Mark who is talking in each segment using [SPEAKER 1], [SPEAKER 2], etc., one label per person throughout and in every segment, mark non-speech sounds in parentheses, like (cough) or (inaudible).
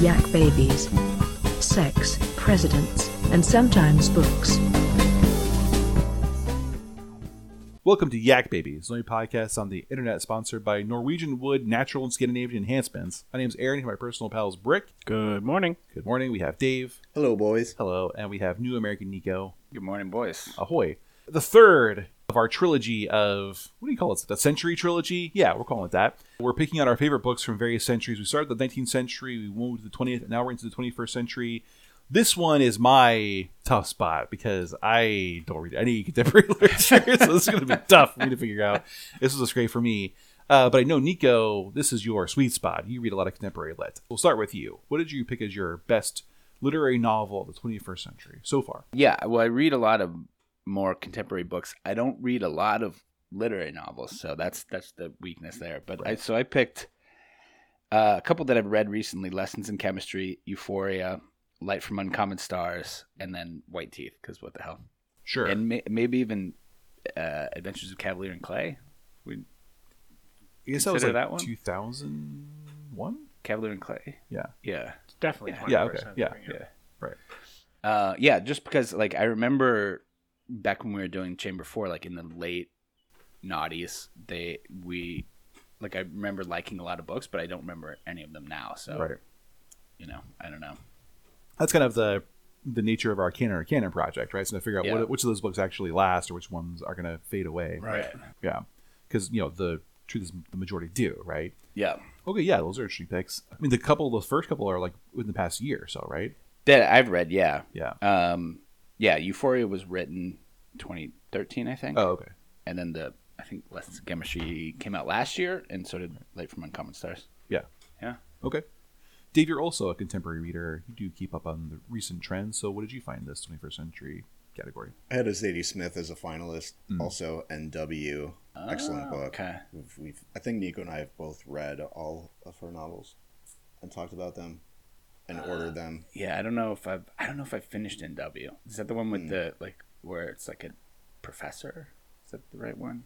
[SPEAKER 1] yak babies, sex, presidents, and sometimes books.
[SPEAKER 2] Welcome to Yak Babies, the only podcast on the internet sponsored by Norwegian Wood Natural and Scandinavian Enhancements. My name's Aaron, and my personal pal is Brick.
[SPEAKER 3] Good morning.
[SPEAKER 2] Good morning. We have Dave.
[SPEAKER 4] Hello, boys.
[SPEAKER 2] Hello. And we have New American Nico.
[SPEAKER 3] Good morning, boys.
[SPEAKER 2] Ahoy. The third of our trilogy of, what do you call it? The century trilogy? Yeah, we're calling it that. We're picking out our favorite books from various centuries. We started the 19th century, we moved to the 20th, and now we're into the 21st century. This one is my tough spot because I don't read any (laughs) contemporary literature, so this is going to be tough for me to figure out. This is a scrape for me. Uh, but I know, Nico, this is your sweet spot. You read a lot of contemporary lit. We'll start with you. What did you pick as your best literary novel of the 21st century so far?
[SPEAKER 3] Yeah, well, I read a lot of more contemporary books. I don't read a lot of literary novels, so that's that's the weakness there. But I, so I picked uh, a couple that I've read recently: Lessons in Chemistry, Euphoria, Light from Uncommon Stars, and then White Teeth. Because what the hell?
[SPEAKER 2] Sure.
[SPEAKER 3] And may, maybe even uh, Adventures of Cavalier and Clay. We
[SPEAKER 2] I guess that was like
[SPEAKER 3] Consider that one?
[SPEAKER 2] 2001?
[SPEAKER 3] Cavalier and Clay.
[SPEAKER 2] Yeah.
[SPEAKER 3] Yeah.
[SPEAKER 5] Definitely.
[SPEAKER 3] Yeah.
[SPEAKER 5] 21st
[SPEAKER 2] Yeah, okay.
[SPEAKER 5] century,
[SPEAKER 2] Yeah.
[SPEAKER 3] Yeah.
[SPEAKER 2] Right.
[SPEAKER 3] Uh, yeah, just because like I remember back when we were doing Chamber Four, like in the late noughties, they we like I remember liking a lot of books, but I don't remember any of them now. So
[SPEAKER 2] Right.
[SPEAKER 3] you know, I don't know.
[SPEAKER 2] That's kind of the the nature of our canon or canon project, right? So to figure out
[SPEAKER 3] Yeah.
[SPEAKER 2] what, which of those books actually last or which ones are going to fade away. Yeah. Because, you know, the truth is the majority do, right?
[SPEAKER 3] Yeah.
[SPEAKER 2] Okay, yeah, those are interesting picks. I mean, the couple, the first couple are like within the past year or so, right?
[SPEAKER 3] That I've read. Yeah.
[SPEAKER 2] Yeah.
[SPEAKER 3] Um. Yeah. Euphoria was written 2013, I think.
[SPEAKER 2] Oh, okay.
[SPEAKER 3] And then the I think Lessons in Chemistry came out last year, and so did Light from Uncommon Stars.
[SPEAKER 2] Yeah.
[SPEAKER 3] Yeah.
[SPEAKER 2] Okay. Dave, you're also a contemporary reader. You do keep up on the recent trends. So, what did you find this 21st century category?
[SPEAKER 4] I had a Zadie Smith as a finalist,
[SPEAKER 5] Hmm.
[SPEAKER 4] also NW. Excellent book.
[SPEAKER 3] Ah, Oh, okay.
[SPEAKER 4] We've, we've, I think Nico and I have both read all of her novels and talked about them and
[SPEAKER 3] Ah.
[SPEAKER 4] ordered them.
[SPEAKER 3] Yeah, I don't know if I've I don't know if I finished NW. Is that the one with
[SPEAKER 2] Hmm.
[SPEAKER 3] the like where it's like a professor? Is that the right
[SPEAKER 5] (laughs)
[SPEAKER 3] one?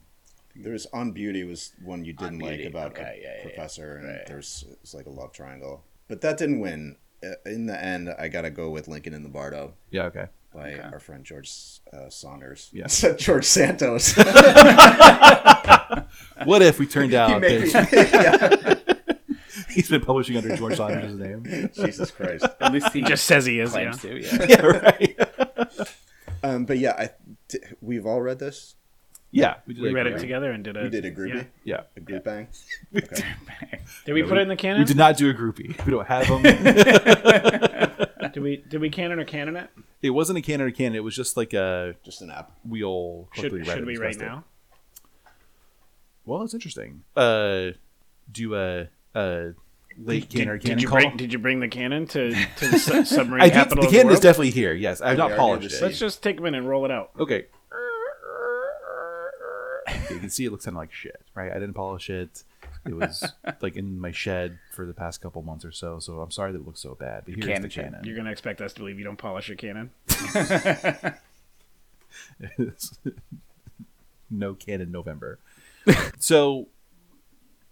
[SPEAKER 4] There's On Beauty was one you didn't like
[SPEAKER 3] Beauty,
[SPEAKER 4] about
[SPEAKER 3] okay,
[SPEAKER 4] a
[SPEAKER 3] yeah, yeah, yeah.
[SPEAKER 4] professor, and
[SPEAKER 3] Right.
[SPEAKER 4] there's it's like a love triangle. But that didn't win. Uh, In the end, I gotta go with Lincoln in the Bardo
[SPEAKER 2] Yeah,
[SPEAKER 3] (laughs)
[SPEAKER 2] okay.
[SPEAKER 4] by
[SPEAKER 3] Okay.
[SPEAKER 4] our friend George uh, Saunders.
[SPEAKER 2] Yeah.
[SPEAKER 4] (laughs) George
[SPEAKER 5] (laughs)
[SPEAKER 4] Santos.
[SPEAKER 2] What if we turned out
[SPEAKER 4] Make
[SPEAKER 2] that
[SPEAKER 4] me- Yeah.
[SPEAKER 2] (laughs) he's been publishing under George Saunders' name?
[SPEAKER 4] Jesus Christ.
[SPEAKER 3] (laughs) At least he
[SPEAKER 5] He (laughs) just says he is. (laughs) Yeah.
[SPEAKER 3] claims to. Yeah.
[SPEAKER 5] (laughs)
[SPEAKER 2] Yeah, right.
[SPEAKER 4] Um, but yeah, I, d- we've all read this.
[SPEAKER 2] Yeah, did
[SPEAKER 5] We
[SPEAKER 2] a
[SPEAKER 5] read
[SPEAKER 2] group-
[SPEAKER 5] it together and did a.
[SPEAKER 4] We did a groupie,
[SPEAKER 5] yeah.
[SPEAKER 2] Yeah,
[SPEAKER 4] a group bang.
[SPEAKER 5] Did we put it in the canon?
[SPEAKER 2] we did not do a groupie. We don't have
[SPEAKER 5] (laughs)
[SPEAKER 2] them.
[SPEAKER 5] Did we? Did we canon or canon it?
[SPEAKER 2] it wasn't a canon or canon. It was just like a
[SPEAKER 4] Just an app.
[SPEAKER 2] wheel.
[SPEAKER 5] Should, should we right now?
[SPEAKER 2] Well, that's interesting. Uh, do a a late canon or
[SPEAKER 5] Did,
[SPEAKER 2] canon
[SPEAKER 5] did you
[SPEAKER 2] call?
[SPEAKER 5] bring? Did you bring the canon to, to the (laughs) su- submarine
[SPEAKER 2] I did,
[SPEAKER 5] capital?
[SPEAKER 2] the
[SPEAKER 5] of the
[SPEAKER 2] canon is
[SPEAKER 5] world?
[SPEAKER 2] definitely here. Yes, I've not
[SPEAKER 4] already
[SPEAKER 2] polished
[SPEAKER 4] have
[SPEAKER 2] it.
[SPEAKER 4] the
[SPEAKER 5] Let's just take a minute and roll it out.
[SPEAKER 2] Okay. you can see it looks kind of like shit, right? I didn't polish it. It
[SPEAKER 5] (laughs)
[SPEAKER 2] was like in my shed for the past couple months or so, so I'm sorry that it looks so bad. But here's the
[SPEAKER 3] can't check.
[SPEAKER 2] canon.
[SPEAKER 5] You're gonna expect us to believe you don't polish your canon?
[SPEAKER 2] no canon November. (laughs) so,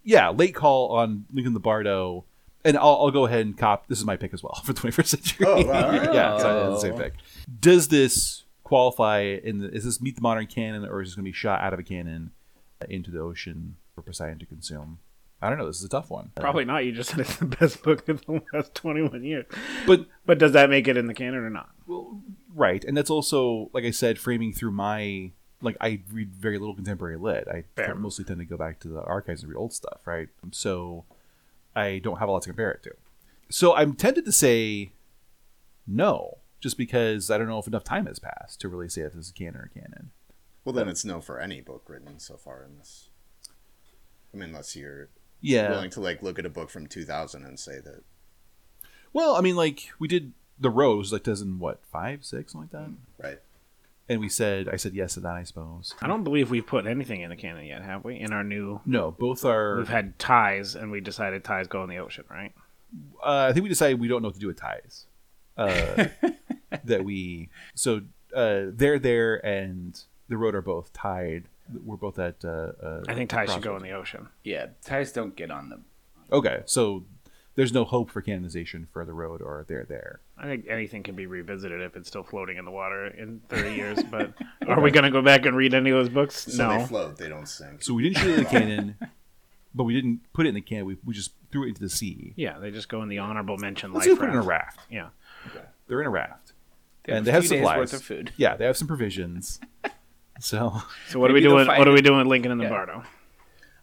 [SPEAKER 2] yeah, late call on Lincoln the Bardo, and I'll, I'll go ahead and cop. This is my pick as well (laughs) for 21st century.
[SPEAKER 4] Oh, wow.
[SPEAKER 2] (laughs) yeah, so I had the same pick. Does this qualify? In the, is this meet the modern canon, or is this going to be shot out of a cannon into the ocean for Poseidon to consume? I don't know. This is a tough one.
[SPEAKER 5] Probably not. You just said it's the best book of the last 21 years.
[SPEAKER 2] But
[SPEAKER 5] But does that make it in the canon or not?
[SPEAKER 2] right, and that's also like I said, framing through my like I read very little contemporary lit. I mostly tend to go back to the archives and read old stuff, right? So I don't have a lot to compare it to. So I'm tempted to say no, just because I don't know if enough time has passed to really say if this is canon or canon.
[SPEAKER 4] Well, then it's no for any book written so far in this. I mean, unless you're
[SPEAKER 2] Yeah.
[SPEAKER 4] willing to like look at a book from 2000 and say that.
[SPEAKER 2] Well, I mean, like we did the rose like does in what five, six, something like that,
[SPEAKER 4] Right.
[SPEAKER 2] and we said I said yes to that, I suppose.
[SPEAKER 5] I don't believe we've put anything in the canon yet, have we? In our new.
[SPEAKER 2] No, both are.
[SPEAKER 5] We've had ties, and we decided ties go in the ocean, right?
[SPEAKER 2] uh, I think we decided we don't know what to do with ties. Uh, that we so uh, they're there and the road are both tied. We're both at. Uh, uh,
[SPEAKER 5] I think ties should go in the ocean.
[SPEAKER 3] yeah. Ties don't get on the
[SPEAKER 2] Okay, so there's no hope for canonization for the road or they're there.
[SPEAKER 5] I think anything can be revisited if it's still floating in the water in 30 years. But are we going to go back and read any of those books?
[SPEAKER 4] So
[SPEAKER 5] no.
[SPEAKER 4] they float, they don't sink.
[SPEAKER 2] So we didn't shoot it in the cannon, but we didn't put it in the cannon. We, we just threw it into the sea.
[SPEAKER 5] yeah, they just go in the honorable mention
[SPEAKER 2] Let's
[SPEAKER 5] life
[SPEAKER 2] just put it in a
[SPEAKER 5] raft.
[SPEAKER 2] raft.
[SPEAKER 5] Yeah.
[SPEAKER 2] They're in a raft,
[SPEAKER 3] have
[SPEAKER 2] and
[SPEAKER 3] a
[SPEAKER 2] they have
[SPEAKER 3] few days'
[SPEAKER 2] supplies.
[SPEAKER 3] worth
[SPEAKER 2] (laughs)
[SPEAKER 3] of food.
[SPEAKER 2] Yeah, they have some provisions. so
[SPEAKER 5] So what are we
[SPEAKER 3] Maybe they'll
[SPEAKER 5] doing?
[SPEAKER 3] find
[SPEAKER 5] What are
[SPEAKER 3] it.
[SPEAKER 5] we doing with Lincoln and
[SPEAKER 3] Yeah.
[SPEAKER 5] Lombardo?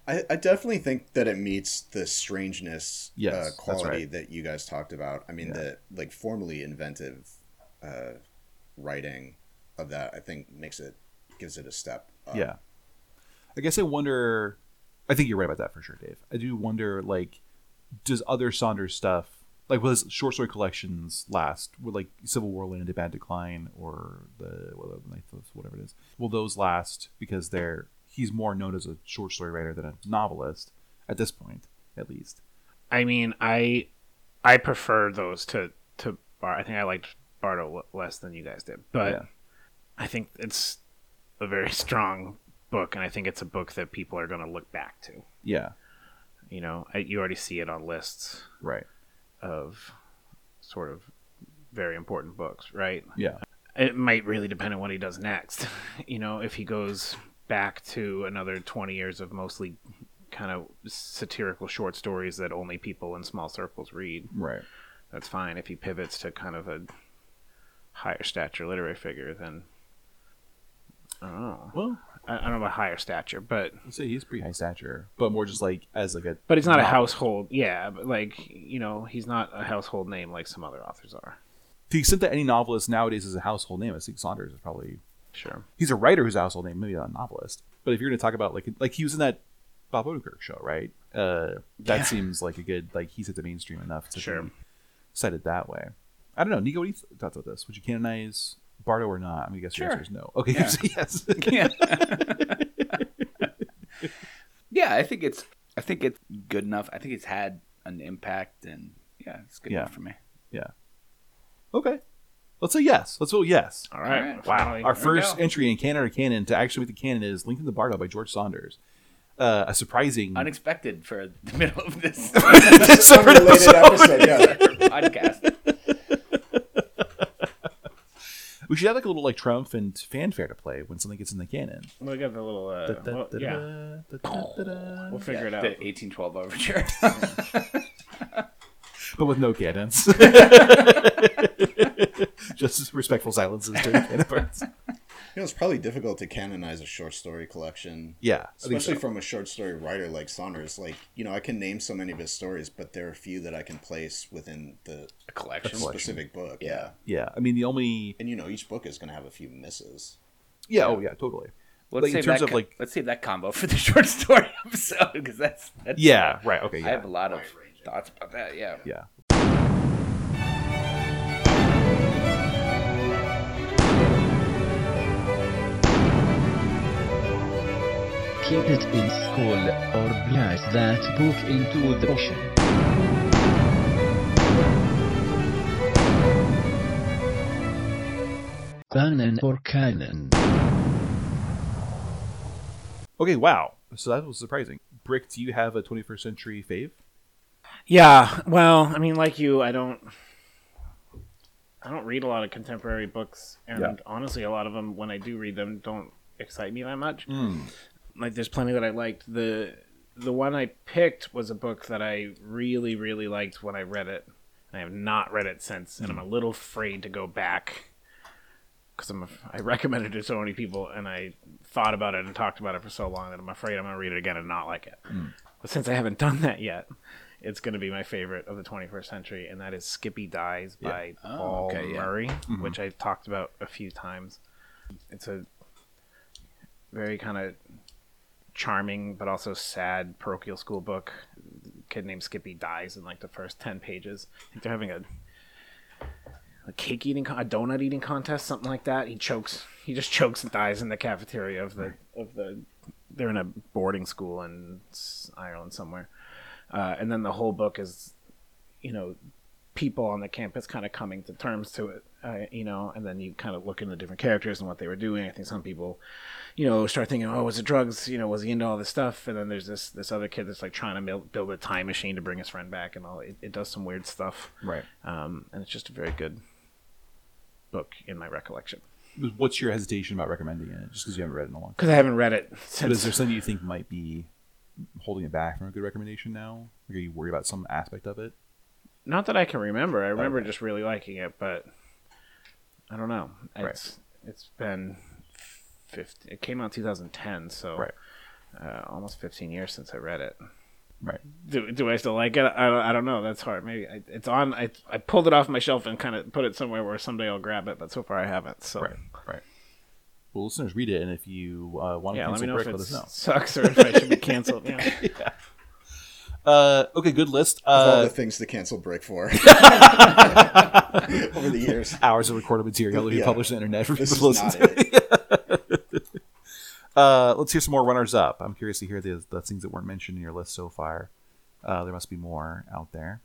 [SPEAKER 4] I, I definitely think that it meets the strangeness
[SPEAKER 2] Yes,
[SPEAKER 4] uh,
[SPEAKER 2] that's
[SPEAKER 4] quality
[SPEAKER 2] right.
[SPEAKER 4] that you guys talked about. I mean, the like formally inventive uh, writing of that, I think, makes it gives it a step. Up.
[SPEAKER 2] yeah, I guess I wonder. I think you're right about that for sure, Dave. I do wonder, like, does other Saunders stuff, like, will his short story collections last? Will like Civil War Land a Bad Decline or the well, the Ninth of- whatever it is? Will those last because they're he's more known as a short story writer than a novelist at this point, at least.
[SPEAKER 5] I mean, I I prefer those to to Bar. I think I liked Bardo l- less than you guys did, but
[SPEAKER 2] Yeah.
[SPEAKER 5] I think it's a very (laughs) strong book, and I think it's a book that people are going to look back to.
[SPEAKER 2] Yeah,
[SPEAKER 5] You know, I, you already see it on lists
[SPEAKER 2] right.
[SPEAKER 5] of sort of very important books, right?
[SPEAKER 2] Yeah,
[SPEAKER 5] It might really depend on what he does next. (laughs) you know, if he goes back to another 20 years of mostly kind of satirical short stories that only people in small circles read,
[SPEAKER 2] right.
[SPEAKER 5] that's fine. If he pivots to kind of a higher stature literary figure, then I don't know.
[SPEAKER 2] Well,
[SPEAKER 5] I I don't know about higher stature, but
[SPEAKER 2] I'd say he's pretty high stature, but more just like as like a.
[SPEAKER 5] but he's not a
[SPEAKER 2] novelist.
[SPEAKER 5] household. Yeah, but like you know, he's not a household name like some other authors are.
[SPEAKER 2] To the extent that any novelist nowadays is a household name, I think Saunders is probably
[SPEAKER 5] Sure.
[SPEAKER 2] he's a writer who's a household name, maybe not a novelist. But if you're going to talk about like like he was in that Bob Odenkirk show, right? Uh, that
[SPEAKER 5] Yeah.
[SPEAKER 2] seems like a good like he's at the mainstream enough to
[SPEAKER 5] Sure.
[SPEAKER 2] be cited that way. I don't know, Nico. What do you th- thoughts about this? Would you canonize Bardo or not? I mean, I guess
[SPEAKER 3] Sure.
[SPEAKER 2] your answer is no. Okay, (laughs)
[SPEAKER 3] Yeah.
[SPEAKER 2] yes.
[SPEAKER 3] yeah. (laughs) yeah, I think it's I think it's good enough. I think it's had an impact and yeah, it's good
[SPEAKER 2] Yeah.
[SPEAKER 3] enough for me.
[SPEAKER 2] okay, let's say yes. Let's vote yes.
[SPEAKER 5] All right.
[SPEAKER 3] All right.
[SPEAKER 5] Wow.
[SPEAKER 2] Our
[SPEAKER 3] we
[SPEAKER 2] first
[SPEAKER 3] go.
[SPEAKER 2] entry in Canon or Canon to actually meet the canon is Lincoln the Bardo by George Saunders. Uh, a surprising
[SPEAKER 3] Unexpected for the (laughs) middle of
[SPEAKER 5] (laughs)
[SPEAKER 3] this
[SPEAKER 2] (laughs) separate
[SPEAKER 4] Related
[SPEAKER 2] episode.
[SPEAKER 4] episode,
[SPEAKER 2] (laughs)
[SPEAKER 4] yeah.
[SPEAKER 3] podcast.
[SPEAKER 2] We should have like a little like triumph and fanfare to play when something gets in the canon.
[SPEAKER 5] we got the little. Uh, well, yeah, we'll
[SPEAKER 2] But
[SPEAKER 5] figure it out.
[SPEAKER 3] The eighteen twelve
[SPEAKER 5] (laughs)
[SPEAKER 3] overture.
[SPEAKER 2] with no cannons. Just respectful silences during canon parts.
[SPEAKER 4] You know, it's probably difficult to canonize a short story collection.
[SPEAKER 2] Yeah. I think
[SPEAKER 4] Especially
[SPEAKER 2] so.
[SPEAKER 4] from a short story writer like Saunders, like you know, I can name so many of his stories, but there are few that I can place within the
[SPEAKER 3] A collection.
[SPEAKER 4] specific book. Yeah,
[SPEAKER 2] Yeah. I mean the only
[SPEAKER 4] and you know, each book is going to have a few misses.
[SPEAKER 2] Yeah, oh yeah, totally.
[SPEAKER 3] Let's
[SPEAKER 2] Like, in
[SPEAKER 3] save
[SPEAKER 2] terms
[SPEAKER 3] that
[SPEAKER 2] of,
[SPEAKER 3] co-
[SPEAKER 2] like-
[SPEAKER 3] let's save that combo for the (laughs) short story episode because that's, that's
[SPEAKER 2] Yeah, right, okay,
[SPEAKER 3] I
[SPEAKER 2] yeah.
[SPEAKER 3] have a lot of thoughts about that. Yeah.
[SPEAKER 2] Yeah.
[SPEAKER 6] Keep it in school or blast that book into the ocean. Canon or canon.
[SPEAKER 2] Okay, wow. So that was surprising. Brick, do you have a twenty first century fave?
[SPEAKER 5] Yeah, well, I mean, like you, I don't, I don't read a lot of contemporary books, and
[SPEAKER 2] Yeah.
[SPEAKER 5] honestly, a lot of them, when I do read them, don't excite me that much.
[SPEAKER 2] Mm.
[SPEAKER 5] Like, there's plenty that I liked. the The one I picked was a book that I really, really liked when I read it. I have not read it since, and I'm
[SPEAKER 3] Hmm.
[SPEAKER 5] a little afraid to go back because I'm. af- I recommended it to so many people, and I thought about it and talked about it for so long that I'm afraid I'm gonna read it again and not like it.
[SPEAKER 3] Hmm.
[SPEAKER 5] But since I haven't done that yet, it's going to be my favorite of the 21st century, and that is Skippy Dies by
[SPEAKER 3] Oh,
[SPEAKER 5] Paul
[SPEAKER 3] okay, yeah. Mm-hmm.
[SPEAKER 5] Murray, which I've talked about a few times. It's a very kind of charming but also sad parochial school book. Kid named Skippy dies in like the first 10 pages. I think they're having a a cake eating con- a donut eating contest something like that he chokes he just chokes and dies in the cafeteria of the of the they're in a boarding school in S- Ireland somewhere uh, and then the whole book is you know people on the campus kind of coming to terms to it, uh, you know, and then you kind of look into different characters and what they were doing. I think some people, you know, start thinking, oh, was it drugs? You know, was he into all this stuff? And then there's this this other kid that's like trying to mil- build a time machine to bring his friend back, and all. It, it does some weird stuff,
[SPEAKER 2] Right.
[SPEAKER 5] um, and it's just a very good book in my recollection
[SPEAKER 2] What's your hesitation about recommending it? Just because you haven't read it in a long time.
[SPEAKER 5] because I haven't read it
[SPEAKER 2] But
[SPEAKER 5] since.
[SPEAKER 2] is there something you think might be holding it back from a good recommendation now? Like, are you worried about some aspect of it?
[SPEAKER 5] Not that I can remember. I remember just really liking it, but I don't know. It's it's been 15, it came out 2010, so
[SPEAKER 2] Right.
[SPEAKER 5] uh, almost 15 years since I read it.
[SPEAKER 2] Right.
[SPEAKER 5] Do, do I still like it? I don't, I don't know. That's hard. Maybe I, it's on. I, I pulled it off my shelf and kind of put it somewhere where someday I'll grab it, but so far I haven't. So
[SPEAKER 2] Right. Right. Well, listeners, read it, and if you uh, want to
[SPEAKER 5] yeah, let
[SPEAKER 2] cancel
[SPEAKER 5] me know
[SPEAKER 2] break,
[SPEAKER 5] if
[SPEAKER 2] let
[SPEAKER 5] it
[SPEAKER 2] us know.
[SPEAKER 5] sucks or if I should be canceled. Yeah.
[SPEAKER 2] (laughs) Uh, okay, good list.
[SPEAKER 4] Of all
[SPEAKER 2] Uh,
[SPEAKER 4] the things to cancel break
[SPEAKER 2] (laughs)
[SPEAKER 4] for over the years.
[SPEAKER 2] hours of recorded material that we
[SPEAKER 4] Yeah.
[SPEAKER 2] published on the internet for
[SPEAKER 4] This
[SPEAKER 2] people
[SPEAKER 4] is
[SPEAKER 2] to listen
[SPEAKER 4] not
[SPEAKER 2] to.
[SPEAKER 4] it.
[SPEAKER 2] Uh, let's hear some more runners up. I'm curious to hear the, the things that weren't mentioned in your list so far. Uh, there must be more out there.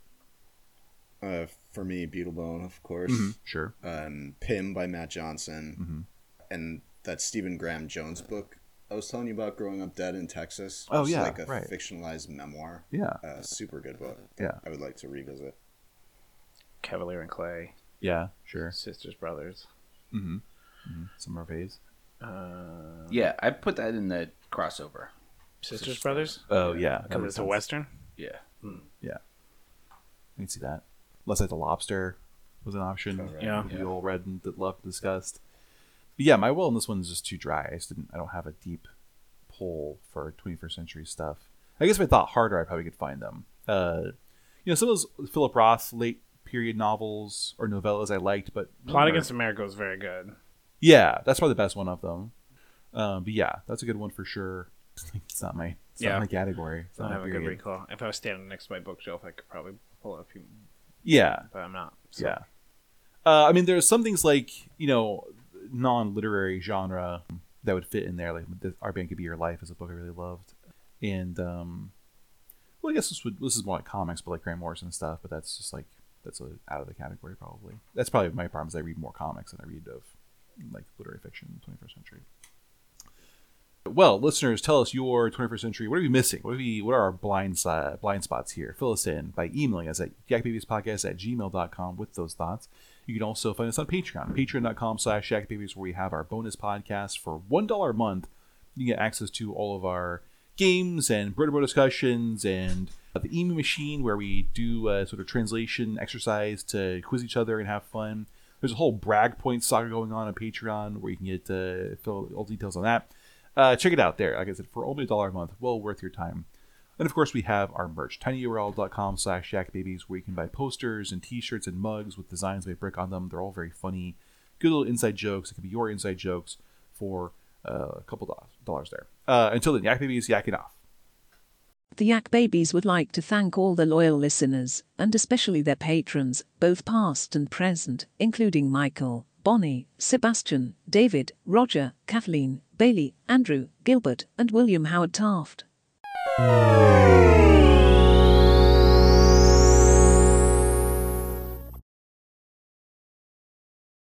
[SPEAKER 4] Uh, for me, Beetlebone, of course.
[SPEAKER 2] Sure.
[SPEAKER 4] um, Pim by Matt Johnson,
[SPEAKER 2] Mm-hmm.
[SPEAKER 4] and that Stephen Graham Jones book I was telling you about, Growing Up Dead in Texas.
[SPEAKER 2] Oh,
[SPEAKER 4] It's
[SPEAKER 2] yeah,
[SPEAKER 4] like a
[SPEAKER 2] right.
[SPEAKER 4] fictionalized memoir.
[SPEAKER 2] Yeah.
[SPEAKER 4] Uh, super good book.
[SPEAKER 2] Yeah.
[SPEAKER 4] I would like to revisit.
[SPEAKER 5] Cavalier and Clay,
[SPEAKER 2] Yeah. Sure.
[SPEAKER 5] Sisters Brothers.
[SPEAKER 2] Mm-hmm. hmm Some of our faves.
[SPEAKER 5] Uh,
[SPEAKER 3] Yeah, I put that in the crossover.
[SPEAKER 5] Sisters, Brothers.
[SPEAKER 2] Oh yeah.
[SPEAKER 5] Because it's a western.
[SPEAKER 3] Yeah.
[SPEAKER 2] You can see that. Let's say the lobster was an option.
[SPEAKER 5] Yeah.
[SPEAKER 2] We all read and that love discussed. But yeah, my well in this one is just too dry. I just didn't. I don't have a deep pull for 21st century stuff. I guess if I thought harder, I probably could find them. Uh, you know, some of those Philip Roth late period novels or novellas I liked, but
[SPEAKER 5] Plot Against America was very good.
[SPEAKER 2] Yeah, that's probably the best one of them. Um, but yeah, that's a good one for sure. (laughs) It's not my, it's
[SPEAKER 5] Yeah.
[SPEAKER 2] not my category. It's
[SPEAKER 5] I
[SPEAKER 2] not
[SPEAKER 5] don't
[SPEAKER 2] my
[SPEAKER 5] have a good
[SPEAKER 2] period.
[SPEAKER 5] recall. If I was standing next to my bookshelf, I could probably pull out a few,
[SPEAKER 2] Yeah,
[SPEAKER 5] but I'm not. So.
[SPEAKER 2] yeah. Uh, I mean, there's some things like you know, non-literary genre that would fit in there. Like the, "Our Band Could Be Your Life" is a book I really loved, and um, well, I guess this would this is more like comics, but like Grant Morrison stuff. But that's just like that's a, out of the category probably. That's probably my problem is I read more comics than I read of like literary fiction, 21st century. Well, listeners, tell us your 21st century. What are we missing? What are, we, what are our blind, si- blind spots here? Fill us in by emailing us at yakbabiespodcast at gmail.com with those thoughts. You can also find us on Patreon, patreon.com slash yakbabies, where we have our bonus podcast for $1 a month. You can get access to all of our games and Broderbo discussions and the emu machine, where we do a sort of translation exercise to quiz each other and have fun. There's a whole brag point saga going on on Patreon, where you can get uh, fill all details on that uh, check it out there. Like I said, for only a dollar a month, well worth your time. And of course, we have our merch, tinyurl.com slash yakbabies, where you can buy posters and t-shirts and mugs with designs by Brick on them. They're all very funny. Good little inside jokes. It can be your inside jokes for uh, a couple do- dollars there. Uh, until then, Yak Babies, yakking off.
[SPEAKER 1] The Yak Babies would like to thank all the loyal listeners, and especially their patrons, both past and present, including Michael, Bonnie, Sebastian, David, Roger, Kathleen, Bailey, Andrew, Gilbert, and William Howard Taft.